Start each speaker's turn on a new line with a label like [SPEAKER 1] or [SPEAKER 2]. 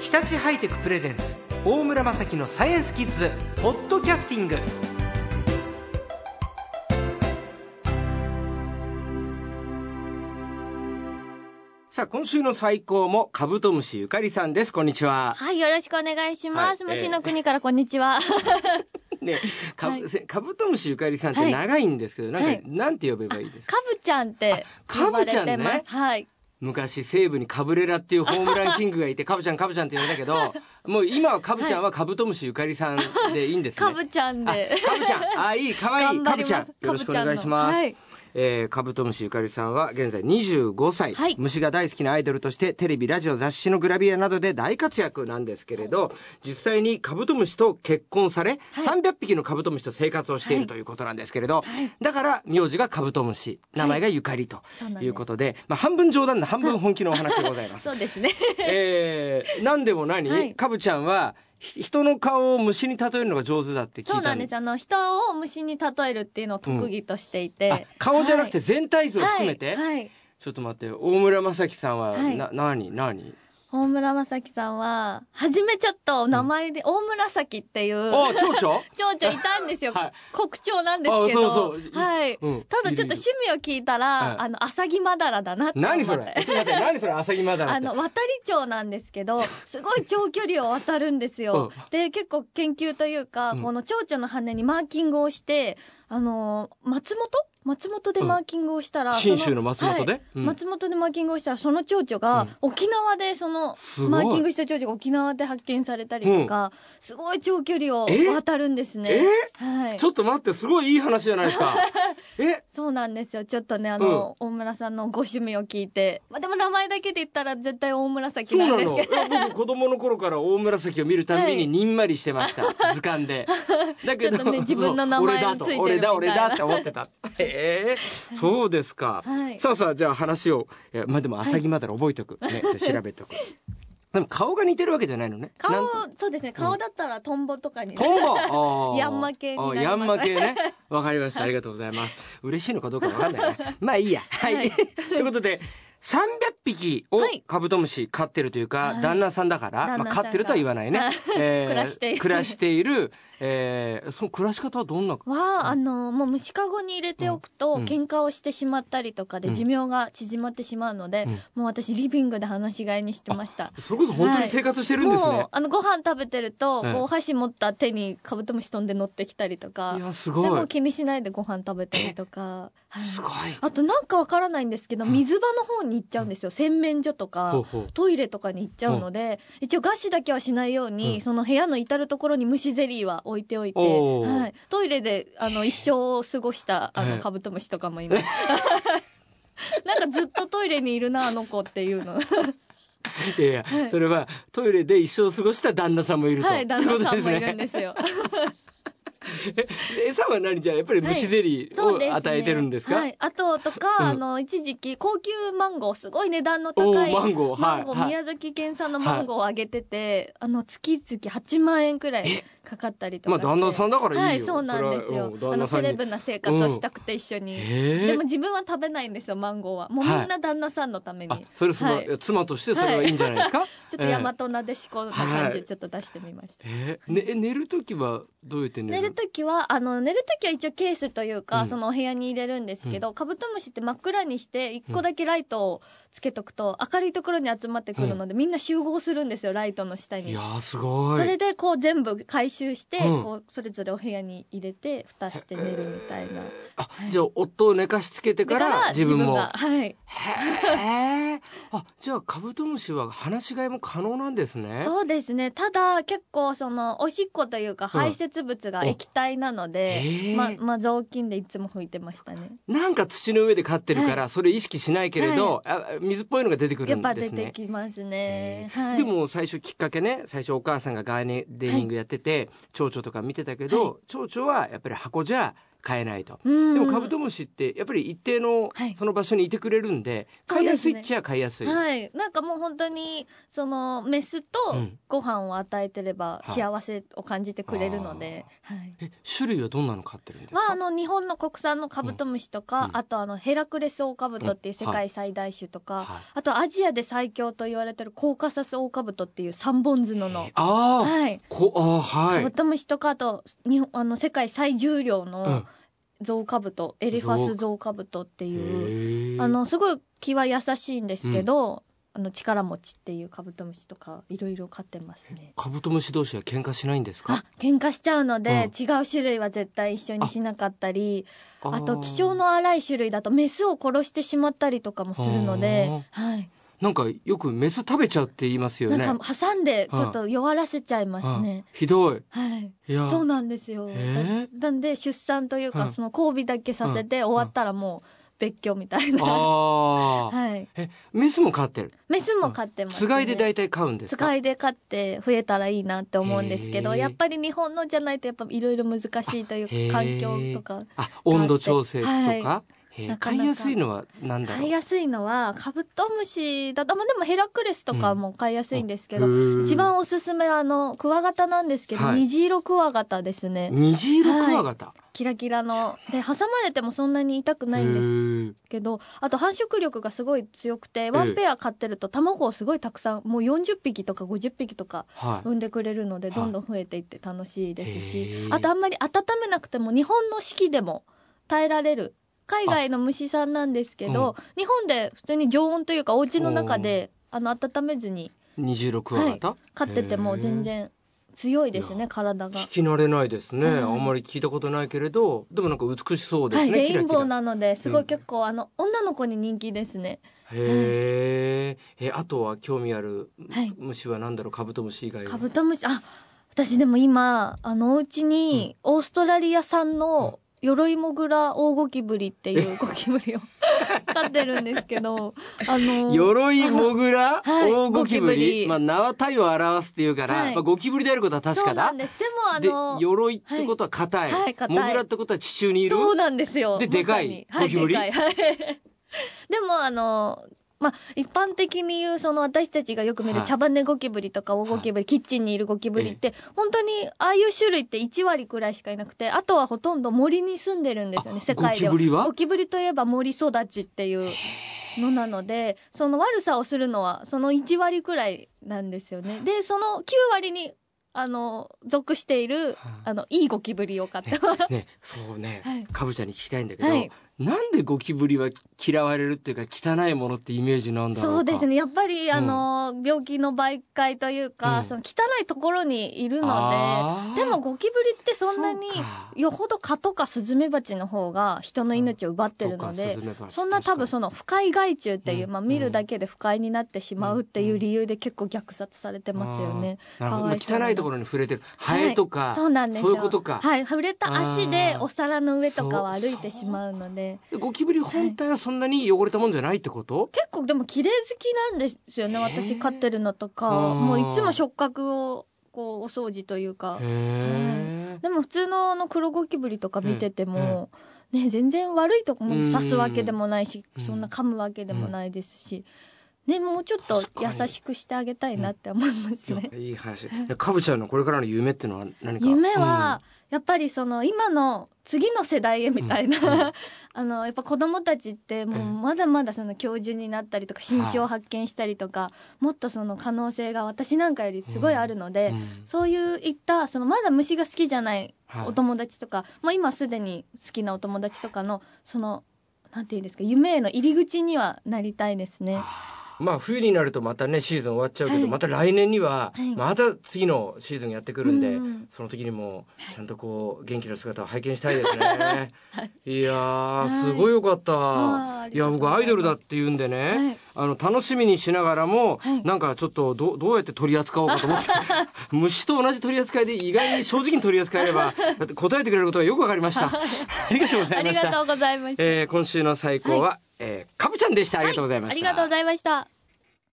[SPEAKER 1] 日立ハイテクプレゼンツ大村雅樹のサイエンスキッズポッドキャスティングさあ今週の最高もカブトムシゆかりさんですこんにちは
[SPEAKER 2] はい、よろしくお願いします。
[SPEAKER 1] はい
[SPEAKER 2] 虫の国からこんにち は。
[SPEAKER 1] ねカブ,
[SPEAKER 2] はい
[SPEAKER 1] せ、カブトムシゆかりさんって
[SPEAKER 2] はい
[SPEAKER 1] 長いんですけど、
[SPEAKER 2] は
[SPEAKER 1] なん
[SPEAKER 2] い
[SPEAKER 1] かなんて呼べばいい ですか
[SPEAKER 2] カブちゃんって呼ば
[SPEAKER 1] カ
[SPEAKER 2] れ
[SPEAKER 1] ブちゃ
[SPEAKER 2] て
[SPEAKER 1] ん
[SPEAKER 2] ます。
[SPEAKER 1] ね
[SPEAKER 2] はい。
[SPEAKER 1] 昔西武にカブレラっていうホームランキングがいてカブちゃんカブちゃんって呼んだけどもう今はカブちゃんはカブトムシゆかりさんでいいんですね
[SPEAKER 2] カブちゃん
[SPEAKER 1] あ
[SPEAKER 2] で。
[SPEAKER 1] カブちゃん、 あ、いい、可愛い、
[SPEAKER 2] 頑張
[SPEAKER 1] カ
[SPEAKER 2] り
[SPEAKER 1] ブ
[SPEAKER 2] ます
[SPEAKER 1] ちゃん、よろしくお願いしま
[SPEAKER 2] カブちゃんのは
[SPEAKER 1] す
[SPEAKER 2] い。
[SPEAKER 1] えーカブトムシゆかりさんは現在25歳、
[SPEAKER 2] はい
[SPEAKER 1] 虫が大好きなアイドルとしてテレビラジオ雑誌のグラビアなどで大活躍なんですけれど実際にカブトムシと結婚され、300匹のカブトムシと生活をしているということなんですけれど、だから名字がカブトムシ名前がゆかりと
[SPEAKER 2] そうなんです
[SPEAKER 1] いうことで、まあ、半分冗談の半分本気のお話でございます
[SPEAKER 2] そう。です ね。
[SPEAKER 1] えー、なんでも何、
[SPEAKER 2] はい
[SPEAKER 1] カブちゃんはひ人の顔を虫に例えるのが上手だって聞いた
[SPEAKER 2] そうなんです。あの、人を虫に例えるっていうのを特技としていて。
[SPEAKER 1] あ顔じゃなくて全体像を含めて、
[SPEAKER 2] はい。はいはい
[SPEAKER 1] ちょっと待って大村雅樹さんは、
[SPEAKER 2] はい
[SPEAKER 1] な何何
[SPEAKER 2] 大村正樹さんは、はじめちょっと名前で、大紫っていう、
[SPEAKER 1] あ蝶 々
[SPEAKER 2] 蝶々いたんです よ。
[SPEAKER 1] はい
[SPEAKER 2] 国蝶なんですけど。
[SPEAKER 1] あそうそう
[SPEAKER 2] はい。
[SPEAKER 1] うん
[SPEAKER 2] ただちょっと趣味を聞いたら、
[SPEAKER 1] はい
[SPEAKER 2] あの、アサギマダラだなって思っ
[SPEAKER 1] 何
[SPEAKER 2] て。
[SPEAKER 1] それちょっと待って何それ朝木マダラ
[SPEAKER 2] あ
[SPEAKER 1] って
[SPEAKER 2] の、渡り町なんですけ ど、すごい長距離を渡るんですよ
[SPEAKER 1] うん。
[SPEAKER 2] で、結構研究というか、
[SPEAKER 1] うん
[SPEAKER 2] この蝶々の羽にマーキングをして、あのー松本松本でマーキングをしたら、
[SPEAKER 1] うん
[SPEAKER 2] その
[SPEAKER 1] 信州の松本で
[SPEAKER 2] はい
[SPEAKER 1] うん
[SPEAKER 2] 松本でマーキングをしたら、その蝶々
[SPEAKER 1] う
[SPEAKER 2] が
[SPEAKER 1] ん、
[SPEAKER 2] 沖縄で、その
[SPEAKER 1] すごい、
[SPEAKER 2] マーキングした蝶々が沖縄で発見されたりとか、すごい長距離を
[SPEAKER 1] え
[SPEAKER 2] 渡るんですね。はい
[SPEAKER 1] ち。ょっと待ってすごいいい話じゃないです かえ
[SPEAKER 2] そうなんですよ。ちょっとね、あの、大村さんのご趣味を聞いて、まあ、でも名前だけで言ったら絶対大
[SPEAKER 1] そ
[SPEAKER 2] 紫
[SPEAKER 1] う
[SPEAKER 2] な
[SPEAKER 1] なん
[SPEAKER 2] です
[SPEAKER 1] の
[SPEAKER 2] け
[SPEAKER 1] いや僕子供の頃から大紫を見るたんび
[SPEAKER 2] はい
[SPEAKER 1] ににんまりしてました、 図鑑でだけ
[SPEAKER 2] ちょ
[SPEAKER 1] ど、
[SPEAKER 2] っとね自分の名前
[SPEAKER 1] そう
[SPEAKER 2] もついてる
[SPEAKER 1] 俺だと俺だ俺
[SPEAKER 2] みたい
[SPEAKER 1] だ
[SPEAKER 2] な
[SPEAKER 1] って思って たへえそうですか、
[SPEAKER 2] はい
[SPEAKER 1] さあさあじゃあ話を、えまあでも朝木まだら覚えておく、ねそれ調べてお くでも顔が似てるわけじゃないのねな
[SPEAKER 2] 顔
[SPEAKER 1] んと
[SPEAKER 2] そうですね顔だったらトンボとかに、
[SPEAKER 1] トンボあー
[SPEAKER 2] ヤンマ系になります
[SPEAKER 1] あーヤンマ系ね。わかりました。ありがとうございます。嬉しいのかどうかわかんないね。まあいいや。はい。
[SPEAKER 2] はい
[SPEAKER 1] ということで、300匹を
[SPEAKER 2] はい
[SPEAKER 1] カブトムシ飼ってるというか、
[SPEAKER 2] はい
[SPEAKER 1] 旦那さんだから、
[SPEAKER 2] 旦
[SPEAKER 1] まあ
[SPEAKER 2] 那さんが
[SPEAKER 1] 飼ってるとは言わないね。
[SPEAKER 2] はい
[SPEAKER 1] えー
[SPEAKER 2] 暮らしている
[SPEAKER 1] 暮らしている。えーその暮らし方はどんな
[SPEAKER 2] はあのもう虫かごに入れておくと、
[SPEAKER 1] うんうん
[SPEAKER 2] 喧嘩をしてしまったりとか
[SPEAKER 1] う
[SPEAKER 2] で
[SPEAKER 1] ん
[SPEAKER 2] 寿命が縮まってしまうので、
[SPEAKER 1] うん
[SPEAKER 2] もう私リビングで話し飼いにしてました。
[SPEAKER 1] それこそ本当に生活してるんですね。
[SPEAKER 2] もうあのご飯食べてると、
[SPEAKER 1] はい
[SPEAKER 2] こうお箸持った手にカブトムシ飛んで乗ってきたりとか
[SPEAKER 1] い、や、す
[SPEAKER 2] で
[SPEAKER 1] ご
[SPEAKER 2] も
[SPEAKER 1] い。
[SPEAKER 2] 気にしないでご飯食べたりとか、はい
[SPEAKER 1] すごい。
[SPEAKER 2] あとなんかわからないんですけど
[SPEAKER 1] うん
[SPEAKER 2] 水場の方に行っちゃうんですよ、洗面所とか、
[SPEAKER 1] ほうほう
[SPEAKER 2] トイレとかに行っちゃうので、一応餓死だけはしないように、
[SPEAKER 1] うん
[SPEAKER 2] その部屋の至る所に虫ゼリーは置いておいて、
[SPEAKER 1] おー
[SPEAKER 2] はい、トイレであの一生を過ごしたあ
[SPEAKER 1] ええ
[SPEAKER 2] のカブトムシとかもいます。 なんかずっとトイレにいるなあの子っていうの
[SPEAKER 1] いやいや、それはトイレで一生過ごした旦那さんもいると。
[SPEAKER 2] はい旦那さんもいるん
[SPEAKER 1] ね
[SPEAKER 2] ですよ
[SPEAKER 1] 餌は何じゃあやっぱり虫ゼリー
[SPEAKER 2] そうです、ね、
[SPEAKER 1] を与えてるんですか、
[SPEAKER 2] はい、あととか、
[SPEAKER 1] うん
[SPEAKER 2] あの一時期高級マンゴーすごい値段の高い
[SPEAKER 1] おーマンゴーはいはい
[SPEAKER 2] 宮崎県産のマンゴーをあげてて、あの月々8万円くらいかかったりと
[SPEAKER 1] ま
[SPEAKER 2] か
[SPEAKER 1] あ
[SPEAKER 2] し
[SPEAKER 1] 旦
[SPEAKER 2] て
[SPEAKER 1] 那さんだからいいよ。
[SPEAKER 2] はい、そうなんで
[SPEAKER 1] そ
[SPEAKER 2] すよ
[SPEAKER 1] れ。はうん
[SPEAKER 2] あの
[SPEAKER 1] 旦那さ
[SPEAKER 2] セ
[SPEAKER 1] んに
[SPEAKER 2] レブな生活をしたくて一緒に。
[SPEAKER 1] へえ
[SPEAKER 2] でも自分は食べないんですよ、マンゴーは。もうみんな旦那さんのために。
[SPEAKER 1] あ、それすごい、
[SPEAKER 2] はいちょっ
[SPEAKER 1] 妻としてそれはいいんじゃないです か。
[SPEAKER 2] と大和なでしこな感じでちょっと出してみました。
[SPEAKER 1] ええね寝るときはどうやって寝
[SPEAKER 2] 寝
[SPEAKER 1] る？
[SPEAKER 2] るときは、あの、寝るときは一応ケースというか、
[SPEAKER 1] うん
[SPEAKER 2] そのお部屋に入れるんですけど、カブトムシって真っ暗にして、一個だけライトをつけとくと、明るいところに集まってくるので、みんな集合するんですよ、ライトの下に。
[SPEAKER 1] いやーすごい。
[SPEAKER 2] それでこう全部回収して、
[SPEAKER 1] うん
[SPEAKER 2] こうそれぞれお部屋に入れて蓋して寝るみたいな。
[SPEAKER 1] あ、じゃあ夫を寝かしつけてか
[SPEAKER 2] だから
[SPEAKER 1] ら自分も。
[SPEAKER 2] がはい。
[SPEAKER 1] へえ。あ、じゃあカブトムシは放し飼いも可能なんですね。
[SPEAKER 2] そうですね。ただ、結構、その、おしっこというか、排泄物が液体なので、
[SPEAKER 1] おへえ
[SPEAKER 2] ま、まあ、雑巾でいつも拭いてましたね。
[SPEAKER 1] なんか土の上で飼ってるからそれ意識しないけれど、あ水っぽいのが出てくる
[SPEAKER 2] やっ
[SPEAKER 1] ん
[SPEAKER 2] ぱ
[SPEAKER 1] で
[SPEAKER 2] 出
[SPEAKER 1] すね。
[SPEAKER 2] てきます
[SPEAKER 1] え
[SPEAKER 2] ね。
[SPEAKER 1] ー
[SPEAKER 2] はい。
[SPEAKER 1] でも最初きっかけね最初お母さんがガーデニングやってて、蝶々とか見てたけど、蝶々はやっぱり箱じゃ変えないと。
[SPEAKER 2] うん
[SPEAKER 1] でもカブトムシってやっぱり一定の
[SPEAKER 2] はい
[SPEAKER 1] その場所にいてくれるんで、
[SPEAKER 2] そう
[SPEAKER 1] 飼いや
[SPEAKER 2] ですす
[SPEAKER 1] い
[SPEAKER 2] ね
[SPEAKER 1] っちゃ飼いやすい。
[SPEAKER 2] はい、なんかもう本当にそのメスと
[SPEAKER 1] うん
[SPEAKER 2] ご飯を与えてれば
[SPEAKER 1] はい
[SPEAKER 2] 幸せを感じてくれるので、はい、
[SPEAKER 1] え種類はどんなの飼ってるんです
[SPEAKER 2] はあ
[SPEAKER 1] か。
[SPEAKER 2] の日本の国産のカブトムシとか、
[SPEAKER 1] うん
[SPEAKER 2] あとあのヘラクレスオオカブトっていう世
[SPEAKER 1] うんは
[SPEAKER 2] 界最大種とか、
[SPEAKER 1] はい
[SPEAKER 2] あとアジアで最強と言われてるコーカサスオオカブトっていう三本角の、
[SPEAKER 1] ああ、
[SPEAKER 2] はい、
[SPEAKER 1] こああは
[SPEAKER 2] カ
[SPEAKER 1] い
[SPEAKER 2] ブ。トムシとかあと日本あの世界最重量
[SPEAKER 1] うん
[SPEAKER 2] のゾウカブト、エリファスゾウカブトってい
[SPEAKER 1] へ
[SPEAKER 2] う
[SPEAKER 1] え
[SPEAKER 2] あのすごい気は優しいんですけど、あの力持ちっていうカブトムシとかいろいろ飼ってますね。
[SPEAKER 1] カブトムシ同士は喧嘩しないんですか
[SPEAKER 2] あ。喧嘩しちゃうので、違う種類は絶対一緒にしなかったりあと気性
[SPEAKER 1] の。
[SPEAKER 2] の荒い種類だとメスを殺してしまったりとかもするので、はい、
[SPEAKER 1] なんかよくメス食べちゃうって言いますよね。
[SPEAKER 2] なんか挟んでちょっと弱らせちゃいますね
[SPEAKER 1] あ。ひどい。
[SPEAKER 2] はい
[SPEAKER 1] いや。
[SPEAKER 2] そうなんですよ。だ
[SPEAKER 1] へえ
[SPEAKER 2] なんで出産という
[SPEAKER 1] う
[SPEAKER 2] か
[SPEAKER 1] ん
[SPEAKER 2] その交尾だけさせて終わったらもう別居みたいな。
[SPEAKER 1] ああ。
[SPEAKER 2] はい。
[SPEAKER 1] えメスも飼ってる。
[SPEAKER 2] メスも飼ってます、ね。
[SPEAKER 1] つがいで大体飼うんです
[SPEAKER 2] つ
[SPEAKER 1] か。
[SPEAKER 2] がいで飼って増えたらいいなって思うんですけ
[SPEAKER 1] へ
[SPEAKER 2] ど、
[SPEAKER 1] え
[SPEAKER 2] やっぱり日本のじゃないとやっぱいろいろ難しいというか環境とか。
[SPEAKER 1] あ温度調整と
[SPEAKER 2] はい
[SPEAKER 1] か。へえ
[SPEAKER 2] なかなか
[SPEAKER 1] 飼いやすいのはなんだろう。
[SPEAKER 2] 飼いやすいのはカブトムシだと、まあ、でもヘラクレスとかも飼いやすいんですけど、
[SPEAKER 1] へえ
[SPEAKER 2] 一番おすすめはあのクワガタなんですけど、
[SPEAKER 1] はい
[SPEAKER 2] 虹色クワガタですね
[SPEAKER 1] 虹色クワガタ。
[SPEAKER 2] キラキラので挟まれてもそんなに痛くないんです
[SPEAKER 1] ん
[SPEAKER 2] けどあと繁殖力がすごい強くてワンペア飼ってると卵をすごいたくさんもう40匹とか50匹とか
[SPEAKER 1] はい。
[SPEAKER 2] 産んでくれるので
[SPEAKER 1] はい
[SPEAKER 2] どんどん増えていって楽しいです
[SPEAKER 1] へ
[SPEAKER 2] し
[SPEAKER 1] ー
[SPEAKER 2] あとあんまり温めなくても日本の四季でも耐えられる海外の虫さんなんですけど、日本で普通に常温というかお家の中であの温めずに
[SPEAKER 1] 虹色クワガタ。
[SPEAKER 2] 飼ってても全然強いです
[SPEAKER 1] いや
[SPEAKER 2] ね体が。
[SPEAKER 1] 聞き慣れないですね。
[SPEAKER 2] はい
[SPEAKER 1] あんまり聞いたことないけれど、でもなんか美しそうで
[SPEAKER 2] は
[SPEAKER 1] す
[SPEAKER 2] い、
[SPEAKER 1] ね。
[SPEAKER 2] レ
[SPEAKER 1] キ
[SPEAKER 2] イ
[SPEAKER 1] ラ
[SPEAKER 2] ン
[SPEAKER 1] キ
[SPEAKER 2] ボー
[SPEAKER 1] ラ。
[SPEAKER 2] なのですご
[SPEAKER 1] う
[SPEAKER 2] い
[SPEAKER 1] ん
[SPEAKER 2] 結構あの女の子に人気ですね。
[SPEAKER 1] へえ。えあとは興味ある
[SPEAKER 2] はい
[SPEAKER 1] 虫はなんだろうカブトムシ以外は。
[SPEAKER 2] カブトムシあ私でも今あのお家にオーストラリア産の鎧モグラオオゴキブリっていうゴキブリを 飼ってるんですけどあの
[SPEAKER 1] 鎧モグラ、
[SPEAKER 2] はい
[SPEAKER 1] 大ゴキブ
[SPEAKER 2] ゴキブ
[SPEAKER 1] リ、
[SPEAKER 2] リ
[SPEAKER 1] まあ名は体を表すっていうから、
[SPEAKER 2] はい
[SPEAKER 1] まあゴキブリであることは確
[SPEAKER 2] そ
[SPEAKER 1] か
[SPEAKER 2] うな
[SPEAKER 1] だ
[SPEAKER 2] ん。ですで
[SPEAKER 1] で
[SPEAKER 2] もあの
[SPEAKER 1] 鎧ってことは硬い,、
[SPEAKER 2] はいはい硬い
[SPEAKER 1] モグラってことは地中にいる。
[SPEAKER 2] そうなんですよ
[SPEAKER 1] で
[SPEAKER 2] ま
[SPEAKER 1] でかい
[SPEAKER 2] さ
[SPEAKER 1] ゴ
[SPEAKER 2] には
[SPEAKER 1] キブリ
[SPEAKER 2] でかいはい でもあのまあ、一般的に言うその私たちがよく見る
[SPEAKER 1] はい
[SPEAKER 2] 茶羽ゴキブリとかオオゴキブリ、キッチンにいるゴキブリって本当にああいう種類って1割くらいしかいなくてあとはほとんど森に住んでるんですよね
[SPEAKER 1] あ
[SPEAKER 2] 世界では
[SPEAKER 1] ゴキブリは
[SPEAKER 2] ゴキブリといえば森育ちっていうのなのでその悪さをするのはその1割くらいなんですよねでその9割にあの属している
[SPEAKER 1] はい
[SPEAKER 2] あのいいゴキブリを買って
[SPEAKER 1] ね、そうね、
[SPEAKER 2] はい
[SPEAKER 1] かぶちゃんに聞きたいんだけど、
[SPEAKER 2] はい
[SPEAKER 1] なんでゴキブリは嫌われるっていうか汚いものってイメージなんだろうか。
[SPEAKER 2] そうですねやっぱり、
[SPEAKER 1] ん
[SPEAKER 2] あの病気の媒介というか、
[SPEAKER 1] うん
[SPEAKER 2] その汚いところにいるの
[SPEAKER 1] あー
[SPEAKER 2] ででもゴキブリってそんなに
[SPEAKER 1] そうか
[SPEAKER 2] よほど蚊とかスズメバチの方が人の命を奪ってるので、そんな多分そ
[SPEAKER 1] の
[SPEAKER 2] の不快害虫っていう、
[SPEAKER 1] うん
[SPEAKER 2] まあ、見るだけで不快になってしまうっていう理由で結構虐殺されてますよね。かわいそうに
[SPEAKER 1] 汚いところに触れてるハエとか、
[SPEAKER 2] はいそうなんですよ
[SPEAKER 1] そういうことか、
[SPEAKER 2] はい、触れた足で
[SPEAKER 1] あー
[SPEAKER 2] お皿の上とかを歩いてしまうので
[SPEAKER 1] でゴキブリ本体はそんなに汚れたもんじゃないってこと、
[SPEAKER 2] 結構でも綺麗好きなんですよね私飼ってるのとか
[SPEAKER 1] あー
[SPEAKER 2] もういつも触覚をこうお掃除というか
[SPEAKER 1] へえ、
[SPEAKER 2] でも普通のあの黒ゴキブリとか見てて
[SPEAKER 1] うん
[SPEAKER 2] も、ね、全然悪いとこも
[SPEAKER 1] うん
[SPEAKER 2] 刺すわけでもないし、
[SPEAKER 1] うん
[SPEAKER 2] そんな噛むわけでもないですし、ね、もうちょっと
[SPEAKER 1] 確かに
[SPEAKER 2] 優しくしてあげたいなって思いますね。
[SPEAKER 1] いい話かぶちゃんのこれからの夢ってのは何か
[SPEAKER 2] 夢は、やっぱりその今の次の世代へみたいな、
[SPEAKER 1] うんう
[SPEAKER 2] あのやっぱ子供たちってもう
[SPEAKER 1] うん
[SPEAKER 2] まだまだその教授になったりとか新種を発見したりとか、もっとその可能性が私なんかよりすごいあるの
[SPEAKER 1] う
[SPEAKER 2] で、
[SPEAKER 1] んうん
[SPEAKER 2] そういういったそのまだ虫が好きじゃない
[SPEAKER 1] はい
[SPEAKER 2] お友達とか、まあ、今すでに好きなお友達とかのそのなんていうんですか夢への入り口にはなりたいですね。
[SPEAKER 1] まあ冬になるとまたねシーズン終わっちゃうけど、
[SPEAKER 2] はい
[SPEAKER 1] また来年には
[SPEAKER 2] はい
[SPEAKER 1] また次のシーズンやってくるんで、
[SPEAKER 2] うんうん
[SPEAKER 1] その時にもちゃんとこう元気な姿を拝見したいですね。い、や
[SPEAKER 2] は
[SPEAKER 1] ー
[SPEAKER 2] い
[SPEAKER 1] すごいよかった。
[SPEAKER 2] あーあ
[SPEAKER 1] い、
[SPEAKER 2] りが
[SPEAKER 1] や
[SPEAKER 2] とうご
[SPEAKER 1] 僕
[SPEAKER 2] ざいます
[SPEAKER 1] アイドルだって言うんでね、
[SPEAKER 2] はい
[SPEAKER 1] あの楽しみにしながらも、
[SPEAKER 2] はい
[SPEAKER 1] なんかちょっとどうどうやって取り扱おうかと思 って虫と同じ取り扱いで意外に正直に取り扱えれ ばだって答えてくれることがよくわかりました。 ありがとうござ
[SPEAKER 2] あ
[SPEAKER 1] いま
[SPEAKER 2] り
[SPEAKER 1] した。
[SPEAKER 2] がとうございました。
[SPEAKER 1] えー今週の最高は、えーかぶちゃんでした。ありがとうございま
[SPEAKER 2] あ
[SPEAKER 1] し
[SPEAKER 2] り
[SPEAKER 1] た。
[SPEAKER 2] がとうございました。